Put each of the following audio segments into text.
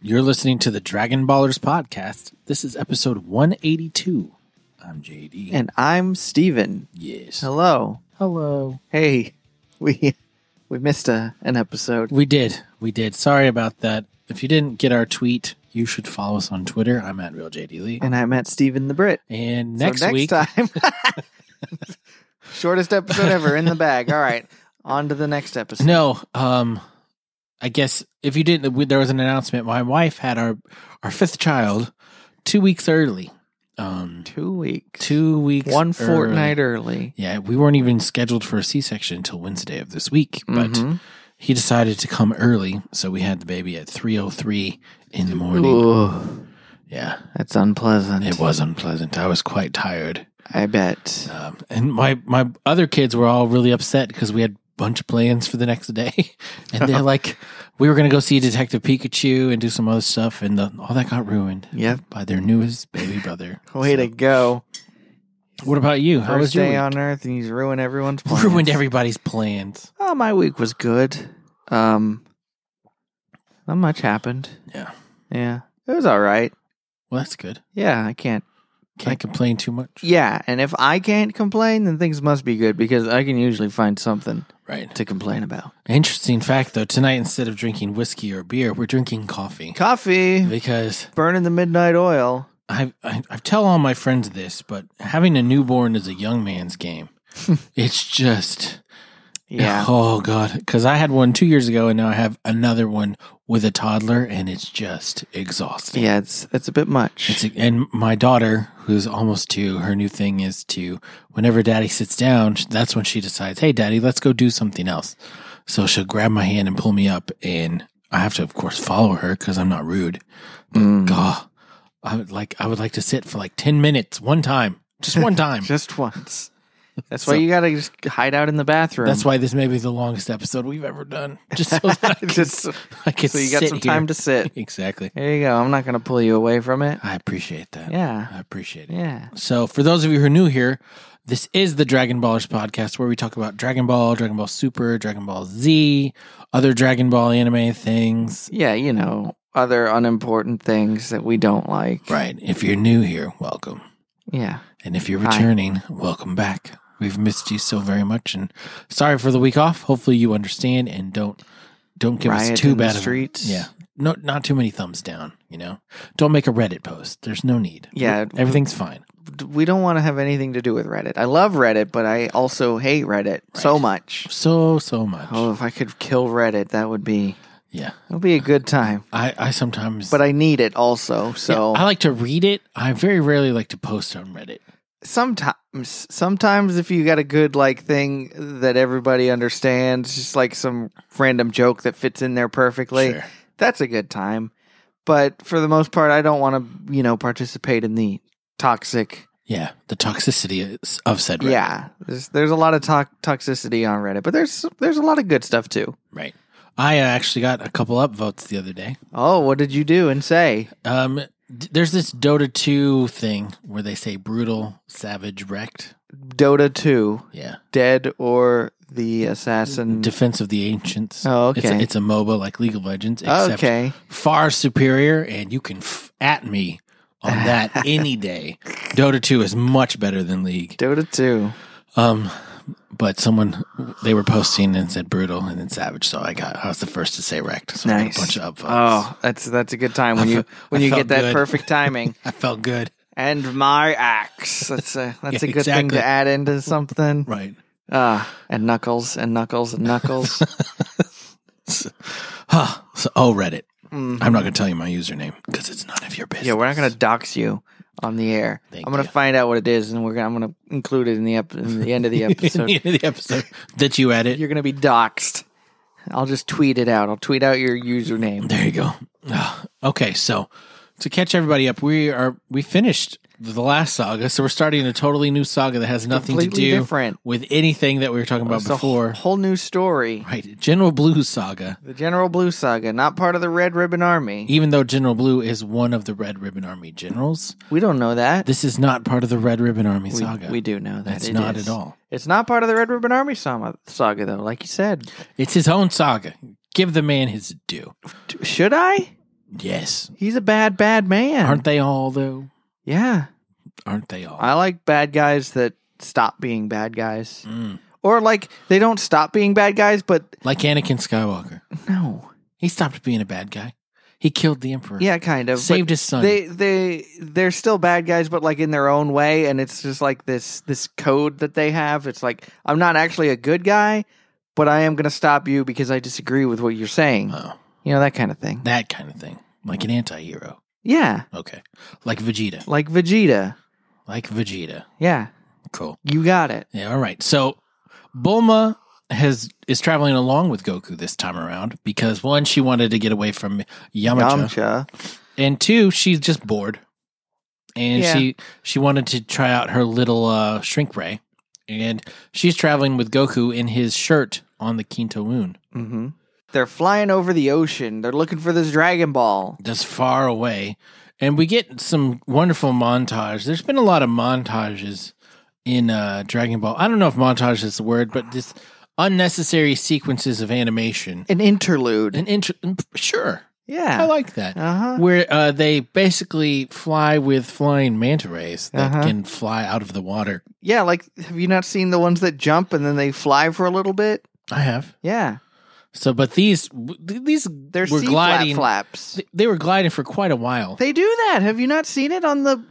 You're listening to the Dragon Ballers podcast. This is episode 182. I'm JD. And I'm Steven. yes. Hello. Hello. Hey, we we missed a, an episode. We did. We did. Sorry about that. If you didn't get our tweet, you should follow us on Twitter. I'm at RealJDLee. And I met Steven the Brit. And So next, week, time. Shortest episode ever in the bag. All right. On to the next episode. no, um, I guess if you didn't, we- there was an announcement. My wife had our, our fifth child two weeks early. Um, Two weeks. two weeks, One early. fortnight early. Yeah, we weren't even scheduled for a C-section until Wednesday of this week, but Mhm. he decided to come early, so we had the baby at 3:03 in the morning. Ooh, Yeah. that's unpleasant. It was unpleasant. I was quite tired. I bet. Um, and my my other kids were all really upset cuz we had a bunch of plans for the next day. and they're like we were going to go see Detective Pikachu and do some other stuff and the, all that got ruined Yep. by their newest baby brother. Way to go. So, what about you? How First was your day week? on Earth, and he's ruined everyone's plans. ruined everybody's plans. Oh, my week was good. Um, not much happened. Yeah. Yeah, it was all right. Well, that's good. Yeah, I can't. Can't complain too much. Yeah, and if I can't complain, then things must be good because I can usually find something Right. to complain about. Interesting fact though, tonight instead of drinking whiskey or beer, we're drinking coffee. Coffee, Because burning the midnight oil. I, I I tell all my friends this, but having a newborn is a young man's game. it's just Yeah, oh god, cuz I had one 2 years ago and now I have another one with a toddler and it's just exhausting. yeah, it's it's a bit much. It's and my daughter, who's almost two, her new thing is to whenever daddy sits down, sh- that's when she decides, "Hey, daddy, let's go do something else." So she'll grab my hand and pull me up, and I have to, of course, follow her because I'm not rude. Mm. God, I would like I would like to sit for like ten minutes one time, just one time. just once. That's So- why you gotta just hide out in the bathroom. that's why this may be the longest episode we've ever done. Just so that I can, just I can so you got sit some here. time to sit. exactly. There you go. I'm not gonna pull you away from it. I appreciate that. Yeah, I appreciate it. yeah. So, for those of you who are new here, this is the Dragon Ballers podcast where we talk about Dragon Ball, Dragon Ball Super, Dragon Ball Z, other Dragon Ball anime things. Yeah, you know, other unimportant things that we don't like. Right. If you're new here, welcome. Yeah. And if you're Hi. returning, welcome back. We've missed you so very much and sorry for the week off. Hopefully you understand and don't don't give Riot us too in the bad of a- streets. Yeah. No not too many thumbs down, you know. Don't make a Reddit post. There's no need. Yeah. Everything's fine. D- We don't want to have anything to do with Reddit. I love Reddit, but I also hate Reddit so Right. much. So so much. Oh, if I could kill Reddit, that would be Yeah. it would be a good time. I I sometimes But I need it also. So Yeah, I like to read it. I very rarely like to post on Reddit. sometimes sometimes if you got a good like thing that everybody understands, just like some random joke that fits in there perfectly, Sure. that's a good time. But for the most part, I don't want to, you know, participate in the toxic Yeah, the toxicity is- of said Reddit. Yeah, there's there's a lot of to- toxicity on Reddit, but there's there's a lot of good stuff too. Right. I uh, actually got a couple upvotes the other day. Oh, what did you do and say? Um, d- there's this Dota 2 thing where they say brutal, savage, wrecked. Dota two, Yeah. dead or the assassin? Defense of the Ancients. Mm. Oh, It's a, okay. Oh, it's a MOBA like League of Legends, except okay, far superior, and you can f- at me on that any day. Dota 2 is much better than League. Dota two. Um, but someone they were posting and said brutal and then savage, so I got I was the first to say wrecked. So I got Nice. a bunch of upvotes. Oh, that's that's a good time when I you fe- when I you felt get that good. perfect timing. I felt good. and my axe. That's a that's Yeah, a good thing exactly. to add into something. Right. Ah, and knuckles and knuckles and knuckles. Huh. So oh Reddit. Mm. I'm not gonna tell you my username because it's none of your business. Yeah, we're not going to dox you on the air. Thank I'm going you. to find out what it is, and we're gonna, I'm going to include it in the ep- in the end of the In episode. the end of the episode that you edit. You're going to be doxed. I'll just tweet it out. I'll tweet out your username. There you go. Ah, okay, so to catch everybody up, we are we finished the last saga, so we're starting a totally new saga that has nothing to Completely do different. with anything that we were talking about It's a before. wh- whole new story. right, General Blue's saga. The General Blue Saga, not part of the Red Ribbon Army. Even though General Blue is one of the Red Ribbon Army generals, We don't know that. this is not part of the Red Ribbon Army We, saga. we do know that. That's It not is. at all. It's not part of the Red Ribbon Army sama- saga, though. Like you said, It's his own saga. Give the man his due. D- should I? Yes. He's a bad, bad man. Aren't they all though? yeah. Aren't they all? I like bad guys that stop being bad guys. Mm. Or like they don't stop being bad guys, but Like Anakin Skywalker. no. He stopped being a bad guy. He killed the emperor. Yeah, kind of. but Saved his son. they they they're still bad guys but like in their own way and it's just like this this code that they have it's like i'm not actually a good guy but i am going to stop you because i disagree with what you're saying oh, you know that kind of thing that kind of thing. Like an anti-hero. yeah Okay. Like Vegeta. like vegeta Like Vegeta. yeah Cool. you got it Yeah, all right. So Bulma has is traveling along with Goku this time around because one, she wanted to get away from Yamcha, Yamcha. and two, she's just bored. And Yeah. she she wanted to try out her little uh, shrink ray, and she's traveling with Goku in his shirt on the Quinto Moon. hmm they're flying over the ocean they're looking for this dragon ball That's far away, and we get some wonderful montage. There's been a lot of montages in uh, Dragon Ball. I don't know if montage is the word, but this unnecessary sequences of animation an interlude an inter- sure i yeah like that uh-huh where uh, they basically fly with flying manta rays that Uh-huh. can fly out of the water yeah like have you not seen the ones that jump and then they fly for a little bit i have yeah so but these w- th- these they're were sea gliding flap flaps th- they were gliding for quite a while They do that. Have you not seen it on the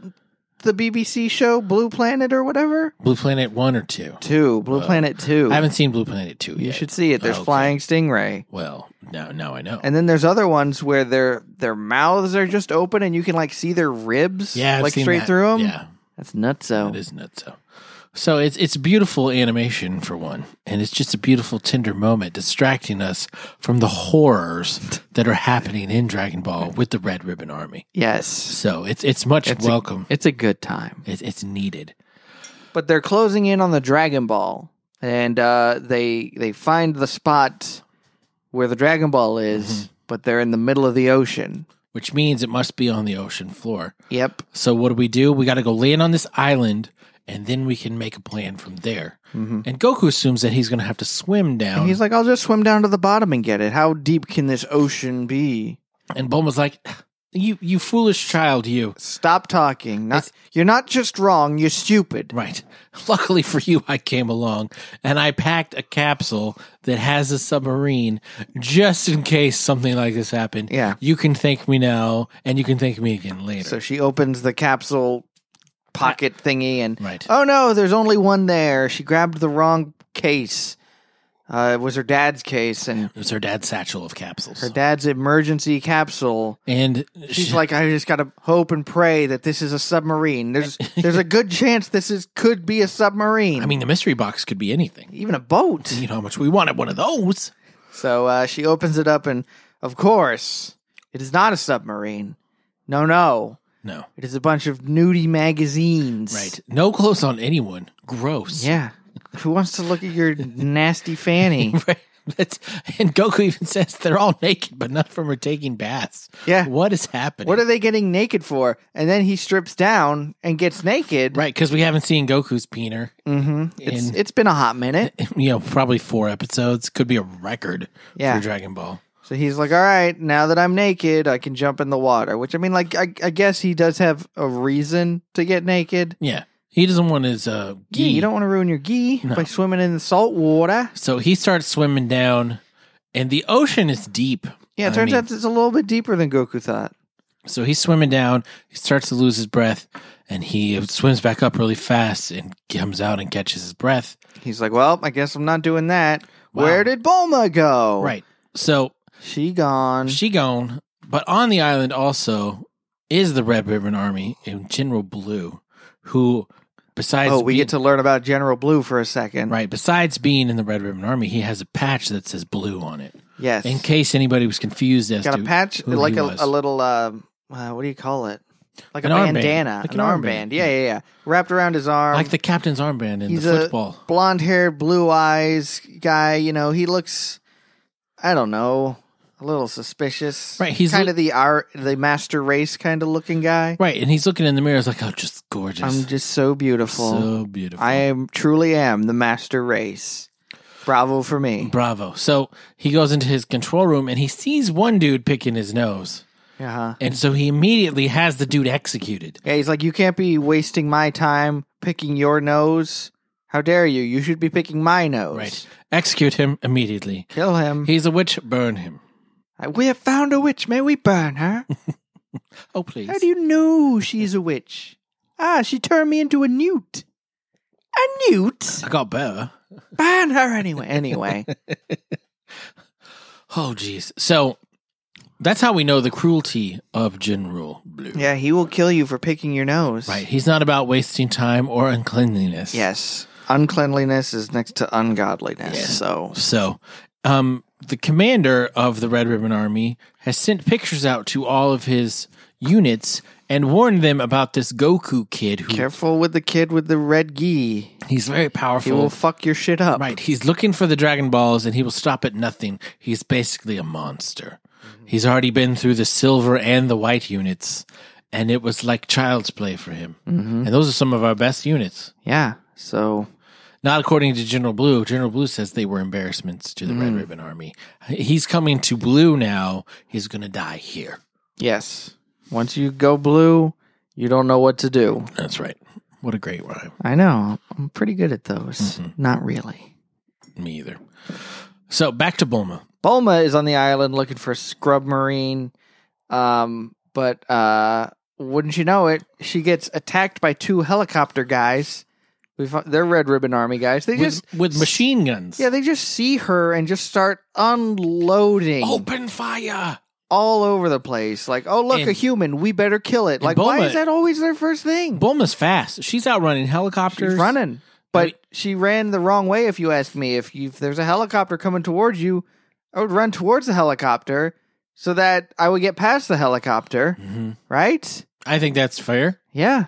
the BBC show Blue Planet or whatever? blue planet one or two Two, Blue Whoa. Planet Two. i haven't seen blue planet two you yet Oh, should see it. There's Okay. flying stingray, well now now i know and then there's other ones where their their mouths are just open and you can like see their ribs, yeah I've like seen straight that. through them. yeah That's nutso. it is nuts so so it's it's beautiful animation for one, and it's just a beautiful tender moment, distracting us from the horrors that are happening in Dragon Ball with the Red Ribbon Army. Yes, So it's it's much It's a- welcome. it's a good time. it's, it's needed. But they're closing in on the Dragon Ball, and uh, they they find the spot where the Dragon Ball is, Mm-hmm. but they're in the middle of the ocean. Which means it must be on the ocean floor. Yep. So what do we do? We got to go land on this island, and then we can make a plan from there. And Goku assumes that he's going to have to swim down. Mm-hmm. And he's like, I'll just swim down to the bottom and get it. How deep can this ocean be? and Bulma's like, "You you foolish child, you!" Stop talking. Not, you're not just wrong, you're stupid. Right. Luckily for you, I came along and I packed a capsule that has a submarine just in case something like this happened. Yeah. You can thank me now and you can thank me again later. So she opens the capsule pocket thingy and, right. oh no, there's only one there. She grabbed the wrong case. Uh, it was her dad's case and It was her dad's satchel of capsules. her dad's emergency capsule. and She's she- like, I just gotta hope and pray that this is a submarine. There's there's a good chance this is could be a submarine. I mean, the mystery box could be anything. even a boat. You know how much we wanted one of those. So uh, she opens it up, and of course, it is not a submarine. No, no. No. It is a bunch of nudie magazines. Right. No clothes on anyone. Gross. Yeah. Who wants to look at your nasty fanny? Right. That's, and Goku even says they're all naked, but not from her taking baths. Yeah. What is happening? What are they getting naked for? And then he strips down and gets naked. right. Because we haven't seen Goku's peener. Mm-hmm. It's, And- it's been a hot minute. you know, probably four episodes. Could be a record Yeah. for Dragon Ball. So he's like, all right, now that I'm naked, I can jump in the water. Which, I mean, like, I, I guess he does have a reason to get naked. Yeah. He doesn't want his uh gi. Yeah, you don't want to ruin your gi by swimming in the salt water. so he starts swimming down and the ocean is deep. Yeah, it I turns mean- out it's a little bit deeper than Goku thought. So he's swimming down, he starts to lose his breath, and he swims back up really fast and comes out and catches his breath. He's like, "Well, I guess I'm not doing that." Wow. Where did Bulma go? Right. So she gone. she gone, but on the island also is the Red Ribbon Army and General Blue, who besides oh, we being- get to learn about General Blue for a second. Right. Besides being in the Red Ribbon Army, he has a patch that says blue on it. Yes, In case anybody was confused as got to a patch who like he a, was. a little. Um, uh, what do you call it? Like An a armband. bandana, Like an, an armband. armband. Yeah, yeah, yeah. Wrapped around his arm. like the captain's armband in the He's a- football. blonde haired, blue eyes guy. You know, he looks. I don't know. A little suspicious, Right, he's kind lo- of the art, the master race kind of looking guy. Right, and he's looking in the mirror. He's like, "Oh, just gorgeous, I'm just so beautiful. so beautiful." I am truly am the master race. Bravo for me. Bravo. So he goes into his control room and he sees one dude picking his nose, Yeah. huh. And so he immediately has the dude executed. Uh-huh. Yeah, he's like, you can't be wasting my time picking your nose. How dare you? You should be picking my nose. Right. Execute him immediately. Kill him. He's a witch, burn him. I- we have found a witch. May we burn her? Oh, please. How do you know she's a witch? Ah, she turned me into a newt. A newt? I got better. Burn her anyway. Anyway. Oh, geez. So that's how we know the cruelty of General Blue. yeah, he will kill you for picking your nose. Right. He's not about wasting time or uncleanliness. Yes. Uncleanliness is next to ungodliness. Yeah. So So, um, the commander of the Red Ribbon Army has sent pictures out to all of his units and warned them about this Goku kid who careful with the kid with the red gi. he's very He will powerful. fuck your shit up. Right. He's looking for the Dragon Balls and he will stop at nothing. He's basically a monster. Mm-hmm. He's already been through the silver and the white units, and it was like child's play for him. Mm-hmm. And those are some of our best units. Yeah. So Not according to General Blue. General Blue says they were embarrassments to the Red Mm. Ribbon Army. He's coming to Blue now. He's going to die here. yes. Once you go blue, you don't know what to do. That's right. What a great rhyme. I know. I'm pretty good at those. Not really. Me either. So back to Bulma. Bulma is on the island looking for a scrub marine. Um, but uh, wouldn't you know it, she gets attacked by two helicopter guys. We fi- they're Red Ribbon Army guys. They With, just with machine guns. yeah, they just see her and just start unloading Open fire. all over the place. Like, oh look, And- a human. We better kill it. Like, why Bulma- is that always their first thing? Bulma's fast. She's out running helicopters. She's running, but mean- she ran the wrong way. If you ask me, if, you, if there's a helicopter coming towards you, I would run towards the helicopter so that I would get past the helicopter. Mhm. Right? I think that's fair. Yeah.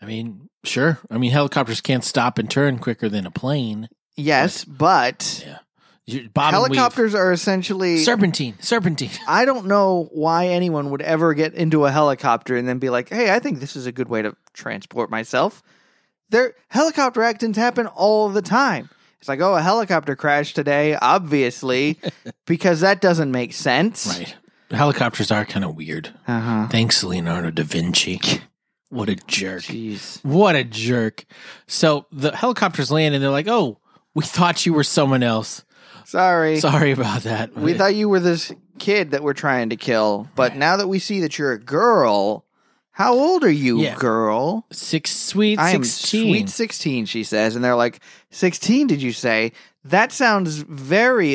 I mean, sure. I mean, helicopters can't stop and turn quicker than a plane. Yes, but You- Bob and weave. helicopters are essentially. Serpentine. Serpentine. I don't know why anyone would ever get into a helicopter and then be like, "Hey, I think this is a good way to transport myself." There, helicopter accidents happen all the time. It's like, oh, a helicopter crash today, obviously, because that doesn't make sense. Right. Helicopters are kind of weird. Uh huh. Thanks, Leonardo da Vinci. What a jerk. Jeez. What a jerk. So the helicopters land and they're like, oh, we thought you were someone else. Sorry. Sorry about that. we thought you were this kid that we're trying to kill, but now that we see that you're a girl, how old are you, Yeah. girl? Six sweet I am 16. sweet 16, she says. And they're like, 16, did you say? That sounds very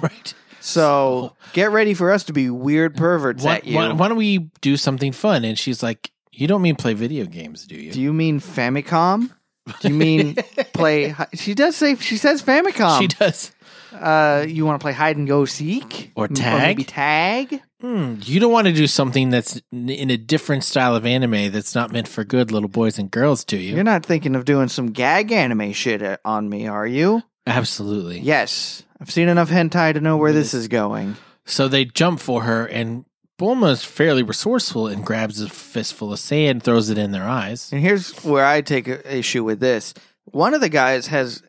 Right. So get ready for us to be weird perverts Why, at you. why- why don't we do something fun? And she's like, you don't mean play video games, do you? Do you mean Famicom? Do you mean play? hi- She does say, she says Famicom. she does. uh, you want to play hide and go seek? Or M- tag? maybe tag? Hmm, you don't want to do something that's n- in a different style of anime that's not meant for good little boys and girls, do you? You're not thinking of doing some gag anime shit uh, on me, are you? Absolutely. Yes. I've seen enough hentai to know where this is going. So they jump for her, and Bulma's fairly resourceful and grabs a fistful of sand, throws it in their eyes. And here's where I take a issue with this. One of the guys has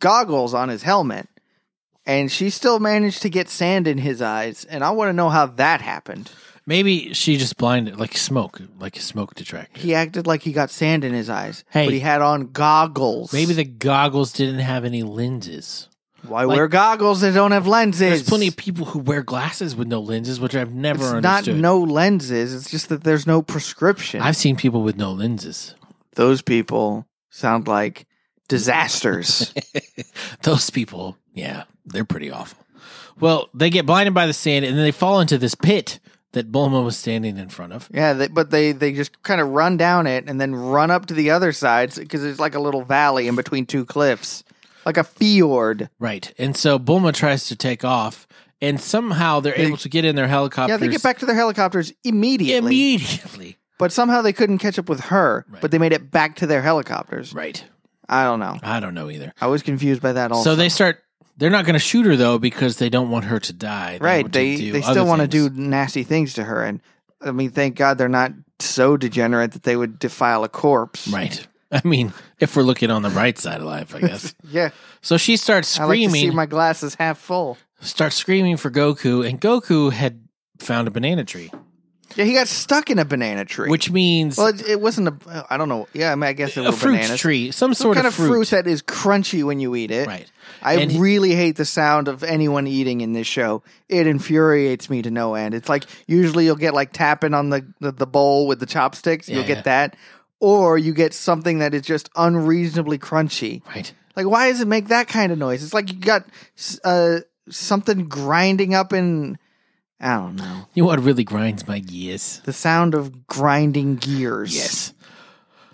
goggles on his helmet, and she still managed to get sand in his eyes. And I want to know how that happened. Maybe she just blinded, like smoke, like a smoke detractor. He acted like he got sand in his eyes, Hey. but he had on goggles. Maybe the goggles didn't have any lenses. why wear goggles that don't have lenses? There's plenty of people who wear glasses with no lenses, which I've never It's not understood. no lenses. It's just that there's no prescription. I've seen people with no lenses. Those people sound like disasters. Those people, yeah, they're pretty awful. Well, they get blinded by the sand and then they fall into this pit that Bulma was standing in front of. Yeah, they, but they they just kind of run down it and then run up to the other sides because it's like a little valley in between two cliffs, like a fjord. Right. And so Bulma tries to take off, and somehow they're able to get in their helicopters Yeah, they get back to their helicopters immediately, immediately. but somehow they couldn't catch up with her. Right. But they made it back to their helicopters. Right. I don't know. I don't know either. I was confused by that. Also, So they start. They're not going to shoot her though because they don't want her to die. right? want to They do they other still want to do things. nasty things to her, and I mean, thank God they're not so degenerate that they would defile a corpse. right. I mean, if we're looking on the right side of life, I guess. Yeah, so she starts I like to see screaming, my glasses half full. starts screaming for Goku, and Goku had found a banana tree, Yeah, he got stuck in a banana tree. which means well, it, it wasn't a. I don't know. Yeah, I, mean, I guess it a was fruit bananas. tree, some Some sort kind of fruit. that is crunchy when you eat it. Right. I And he- really hate the sound of anyone eating in this show. It infuriates me to no end. It's like usually you'll get like tapping on the the, the bowl with the chopsticks. You'll Yeah, get yeah. that, or you get something that is just unreasonably crunchy. Right. Like why does it make that kind of noise? It's like you got s- uh something grinding up in. I don't know. You know what really grinds my gears? The sound of grinding gears. Yes.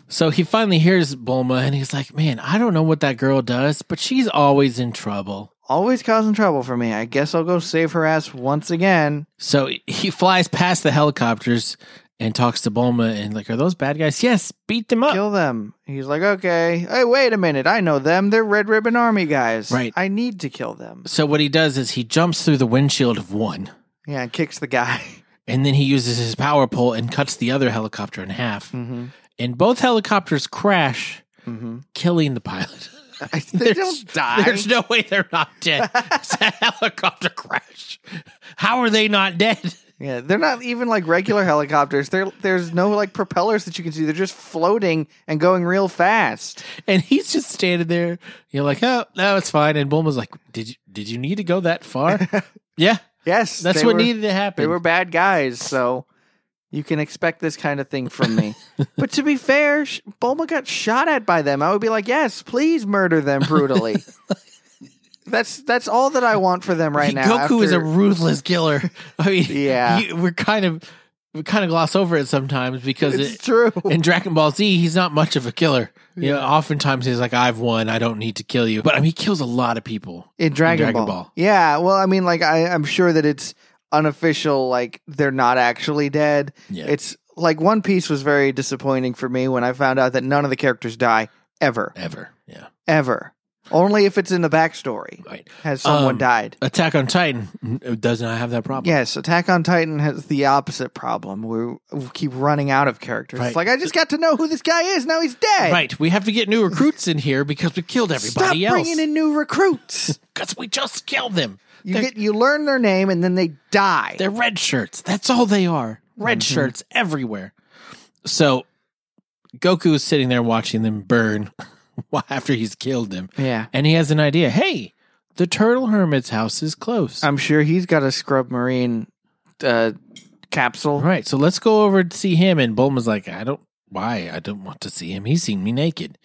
So he finally hears Bulma and he's like, Man, I don't know what that girl does, but she's always in trouble. Always causing trouble for me. I guess I'll go save her ass once again. So he flies past the helicopters and talks to Bulma and, like, Are those bad guys? Yes, beat them up. kill them. He's like, okay, hey, wait a minute, I know them. They're Red Ribbon Army guys. Right. I need to kill them. So what he does is he jumps through the windshield of one Yeah, and kicks the guy. and then he uses his power pole and cuts the other helicopter in half. mm-hmm. And both helicopters crash, Mm-hmm. killing the pilot. they There's- don't die. There's no way they're not dead. it's a helicopter crash. How are they not dead? yeah, they're not even like regular helicopters. They're, there's no like propellers that you can see. They're just floating and going real fast. And he's just standing there. You're like, oh, no, it's fine. And Bulma's like, did you did you need to go that far? yeah, Yes, that's they what were- needed to happen. They were bad guys, so you can expect this kind of thing from me. but to be fair, Sh- Bulma got shot at by them. I would be like, yes, please murder them brutally. that's that's all that I want for them right now. Goku is a after- ruthless killer. I mean, Yeah. you- we're kind of we kind of gloss over it sometimes because It's it, true. in Dragon Ball Z, he's not much of a killer. You know, Yeah. oftentimes he's like, I've won. I don't need to kill you. But I mean, he kills a lot of people. in Dragon, Dragon Ball. Ball. Yeah, well, I mean, like I, I'm sure that it's unofficial. Like they're not actually dead. Yeah. It's like One Piece was very disappointing for me when I found out that none of the characters die ever, Ever. Yeah. ever. Only if it's in the backstory Right. has someone Um, died. Attack on Titan mm, does not have that problem. Yes, Attack on Titan has the opposite problem. We, we keep running out of characters. Right. It's like I just got to know who this guy is. Now he's dead. Right. We have to get new recruits in here because we killed Stop everybody else. bringing in new recruits. Because we just killed them. you They're- get you learn their name and then they die. They're red shirts. That's all they are. Red Mm-hmm. shirts everywhere. So Goku is sitting there watching them burn after he's killed them. Yeah, And he has an idea. Hey, the turtle hermit's house is close. I'm sure he's got a scrub marine uh, capsule. All right. So let's go over to see him. And Bulma's like, I don't, why? I don't want to see him. He's seen me naked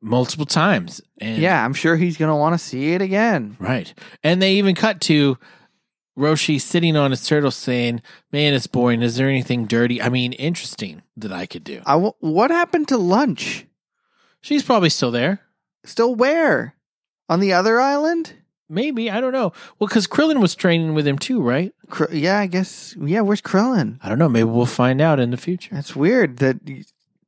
multiple times. And Yeah, I'm sure he's gonna want to see it again. Right. And they even cut to Roshi sitting on his turtle saying, Man, it's boring. Is there anything dirty? I mean, interesting that I could do. I w- what happened to lunch? She's probably still there. Still where? On the other island? Maybe. I don't know. Well, because Krillin was training with him too, right? Kr- yeah, I guess. Yeah, where's Krillin? I don't know. Maybe we'll find out in the future. That's weird that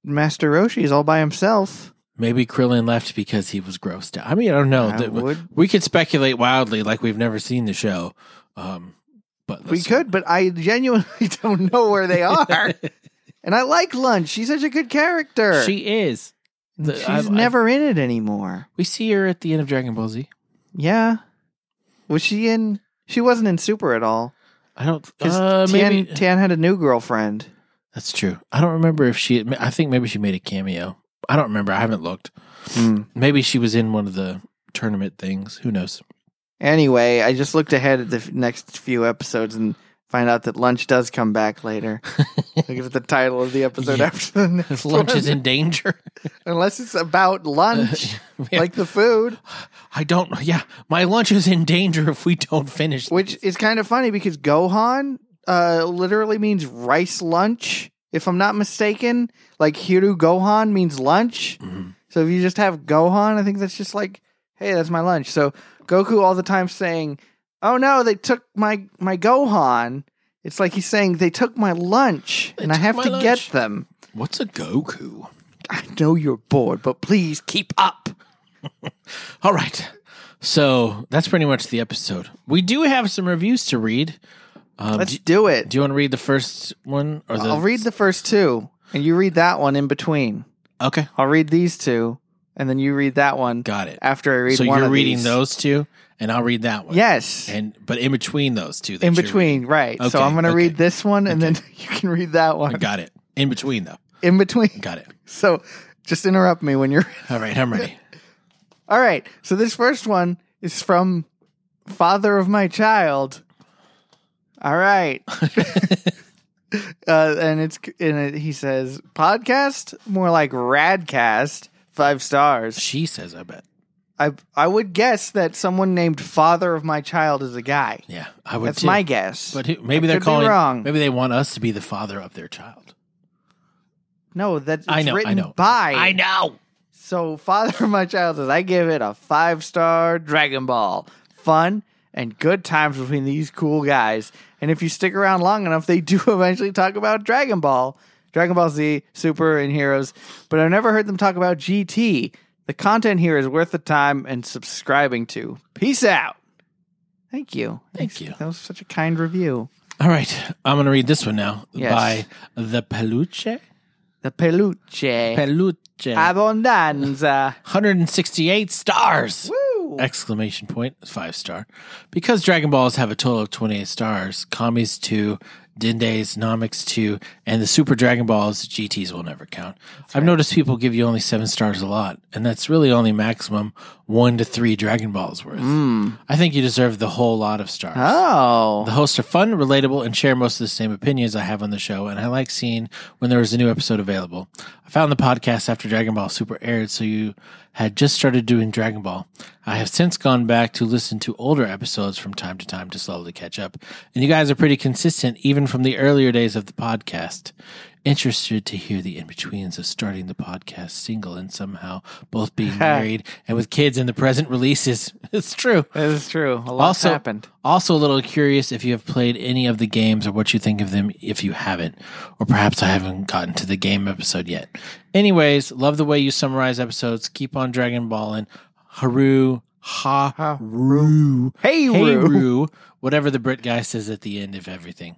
Master Roshi is all by himself. Maybe Krillin left because he was grossed out. I mean, I don't know. I That- would- We could speculate wildly like we've never seen the show. Um, but we let's- could, but I genuinely don't know where they are. and I like Lunch. She's such a good character. She is. The- She's I- I- never in it anymore. we see her at the end of Dragon Ball Z. Yeah. Was she in? She wasn't in Super at all. I don't. Because Uh, Tan, maybe. Tan had a new girlfriend. That's true. I don't remember if she. I think maybe she made a cameo. I don't remember. I haven't looked. Maybe she was in one of the tournament things. Who knows? Anyway, I just looked ahead at the f- next few episodes and find out that Lunch does come back later. Look at the title of the episode Yeah. after the next Lunch one. is in danger. Unless it's about lunch, Yeah. like the food, I don't. Yeah, my lunch is in danger if we don't finish. which is kind of funny because Gohan uh, literally means rice lunch, if I'm not mistaken. Like Hiru Gohan means lunch. Mhm. So if you just have Gohan, I think that's just like, hey, that's my lunch. So Goku all the time saying, "Oh no, they took my my Gohan." It's like he's saying they took my lunch, They and I took have my to lunch. get them. What's a Goku? I know you're bored, but please keep up. All right. So that's pretty much the episode. We do have some reviews to read. Um, Let's do, do it. do you want to read the first one or the? I'll read the first two, and you read that one in between. Okay. I'll read these two, and then you read that one Got it. after I read. so one you're of reading these. those two, and I'll read that one. Yes. And but in between those two, that in you're reading. between, right? Okay, so I'm going to okay. read this one, and then you can read that one. got it. In between though, In between. got it. So just interrupt me when you're. All right, I'm ready. All right. So this first one is from Father of My Child. All right. uh, and it's and it, he says podcast more like radcast five stars. she says, I bet. I I would guess that someone named Father of My Child is a guy. Yeah, I would. That's too. my guess. But who, maybe I they're could be calling. wrong. Maybe they want us to be the father of their child. no, that's I know. written I know. by I know. So, Father of My Child says, I give it a five star Dragon Ball. Fun and good times between these cool guys. And if you stick around long enough, they do eventually talk about Dragon Ball, Dragon Ball Z, Super, and Heroes. But I've never heard them talk about GT. The content here is worth the time and subscribing to. Peace out. Thank you. Thank you. That was such a kind review. All right, I'm going to read this one now Yes. by the Peluche. The Peluche. Peluche. Abondanza. 168 stars! Woo! Exclamation point, five star. Because Dragon Balls have a total of 28 stars, Kami's 2, Dinde's, Namek's 2, and the Super Dragon Balls, GTs will never count. I've noticed people give you only seven stars a lot, and that's really only maximum one to three Dragon Balls worth. I think you deserve the whole lot of stars. Oh. The hosts are fun, relatable, and share most of the same opinions I have on the show, and I like seeing when there is a new episode available. I found the podcast after Dragon Ball Super aired, so you had just started doing Dragon Ball. I have since gone back to listen to older episodes from time to time to slowly catch up, and you guys are pretty consistent even from the earlier days of the podcast. Interested to hear the in betweens of starting the podcast single and somehow both being married and with kids in the present releases. It's true. That is true. A lot's Also- happened. Also, a little curious if you have played any of the games or what you think of them if you haven't, or perhaps I haven't gotten to the game episode yet. Anyways, love the way you summarize episodes. Keep on Dragon Ball and Haru, ha, Haru, Hey, hey, Roo. Ru, whatever the Brit guy says at the end of everything.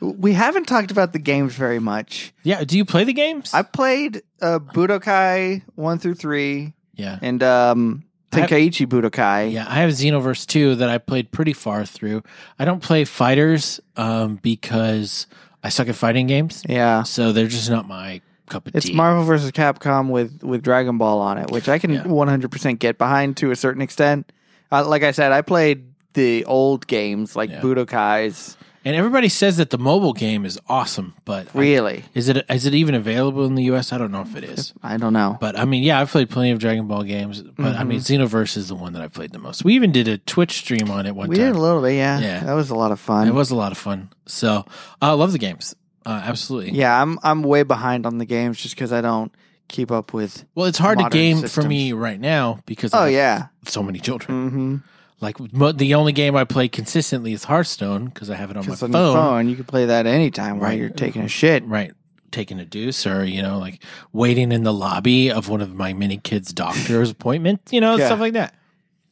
We haven't talked about the games very much. Yeah, do you play the games? I played uh, Budokai 1 through 3 yeah. and um, I have- Tenkaichi Budokai. Yeah, I have Xenoverse 2 that I played pretty far through. I don't play fighters um, because I suck at fighting games, Yeah. so they're just not my cup of It's tea. Marvel vs. Capcom with, with Dragon Ball on it, which I can Yeah. 100% get behind to a certain extent. Uh, like I said, I played the old games like Yeah. Budokai's. And everybody says that the mobile game is awesome, but I- Really? is it is it even available in the U.S.? I don't know if it is. I don't know. But I mean, yeah, I've played plenty of Dragon Ball games, but I mean, Mm-hmm. Xenoverse is the one that I played the most. We even did a Twitch stream on it one we time. did a little bit, yeah. Yeah. That was a lot of fun. it was a lot of fun. So I love the games, uh, absolutely. yeah, I'm I'm way behind on the games just because I don't keep up with. Well, it's hard to Modern game for systems. me right now because Oh I have yeah, so many children. mm-hmm. Like mo- the only game I play consistently is Hearthstone because I have it on my Because on your phone, you can play that anytime while Right. you're taking a shit. right taking a deuce or you know like waiting in the lobby of one of my many kids doctor's appointment you know Yeah. stuff like that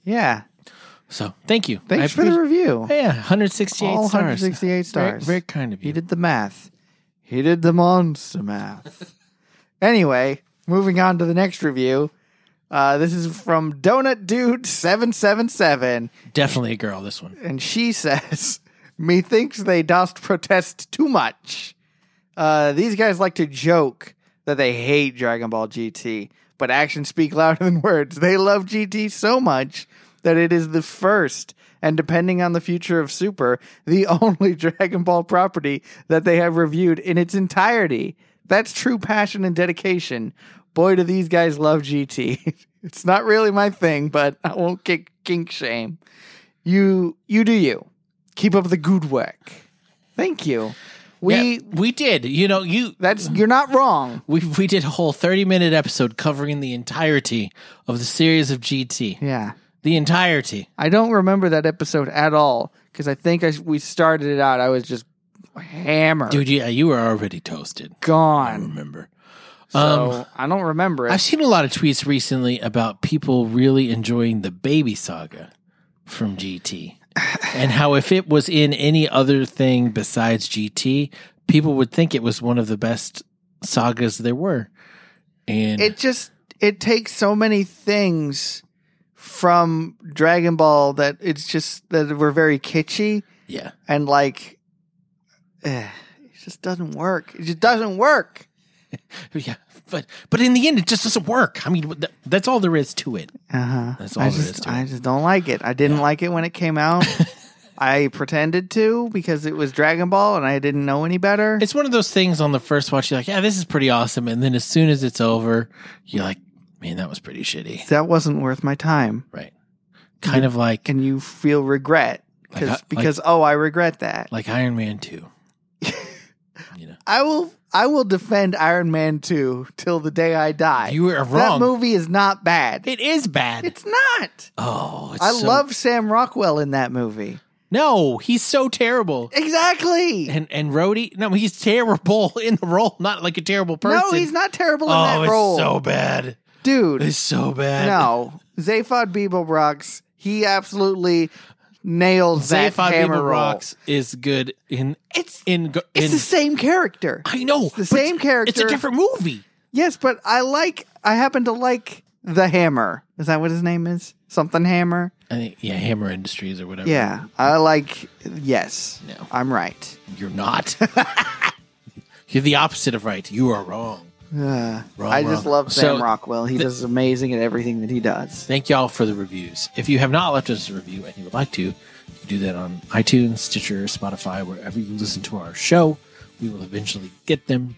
Yeah. so thank you Thanks for the review. the yeah 168 All stars 168 Very, stars. very kind of He you did the math. He did the monster math. anyway, moving on to the next review. Uh, this is from Donut Dude seven seven seven, definitely a girl this one and she says, "Methinks they dost protest too much." Uh, these guys like to joke that they hate Dragon Ball GT, but actions speak louder than words. They love GT so much that it is the first, and depending on the future of Super, the only Dragon Ball property that they have reviewed in its entirety. That's true passion and dedication. Boy, do these guys love GT. it's not really my thing, but I won't kick kink shame. You, you do you. Keep up the good work. Thank you. We Yeah, we did you know you that's you're not wrong. we, we did a whole 30 minute episode covering the entirety of the series of gt Yeah, the entirety I don't remember that episode at all because I think I, we started it out. I was just hammered, dude yeah you were already toasted i gone. remember So I don't remember it. Um, I've seen a lot of tweets recently about people really enjoying the baby saga from GT and how if it was in any other thing besides GT, people would think it was one of the best sagas there were. And it just it takes so many things from Dragon Ball that it's just that we're very kitschy Yeah. and like eh, it just doesn't work. It just doesn't work. Yeah. But but in the end, it just doesn't work. I mean, th- that's all there is to it. Uh-huh. That's all I there just, is to it. I just don't like it. I didn't like it when it came out. I pretended to because it was Dragon Ball and I didn't know any better. It's one of those things on the first watch, you're like, yeah, this is pretty awesome. And then as soon as it's over, you're like, man, that was pretty shitty. that wasn't worth my time. Right. Kind of like, And you feel regret 'cause- Like, I- like- because oh, I regret that. like Iron Man 2. you know, I will I will defend Iron Man 2 till the day I die. you are That wrong. movie is not bad. it is bad. it's not. oh, it's I so- love Sam Rockwell in that movie. No, he's so terrible. Exactly. And and Rhodey, no, he's terrible in the role, not like a terrible person. No, he's not terrible in Oh, that it's role. so bad. Dude, It's so bad. no. Zaphod Beeblebrox, he absolutely nails that Zaphod hammer roll. Beeblebrox is good in It's in go- it's in. the same character. I know the but same It's a character. different movie. Yes, but I like I happen to like the hammer. Is that what his name is? Something hammer? I think yeah, Hammer Industries or whatever. Yeah. I like yes. No. I'm right. you're not. you're the opposite of right. You are wrong. Uh, Wrong, I just wrong. love Sam So- Rockwell. He does amazing at everything that he does. Thank y'all for the reviews. If you have not left us a review and you would like to, you can do that on iTunes, Stitcher, Spotify, wherever you listen to our show. We will eventually get them.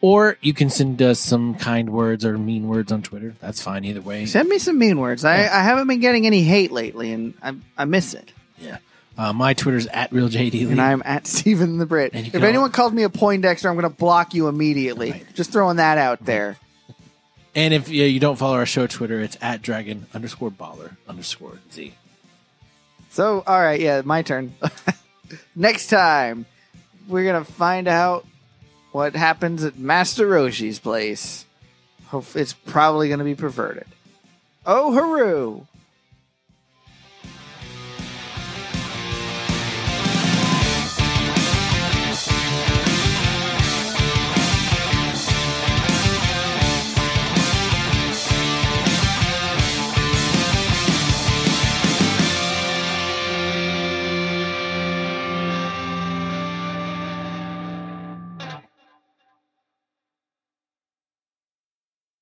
Or you can send us some kind words or mean words on Twitter. That's fine either way. Send me some mean words. I, I haven't been getting any hate lately, and I, I miss it. yeah. Uh, my Twitter's at RealJD. And I'm at Stephen the Brit. And you If can anyone called me a Poindexter, I'm going to block you immediately. Right. Just throwing that out there. And if you, you don't follow our show Twitter, it's at dragon underscore baller underscore Z. So, all right, yeah, my turn. Next time, we're going to find out what happens at Master Roshi's place. Hope it's probably going to be perverted. Oh, hooroo!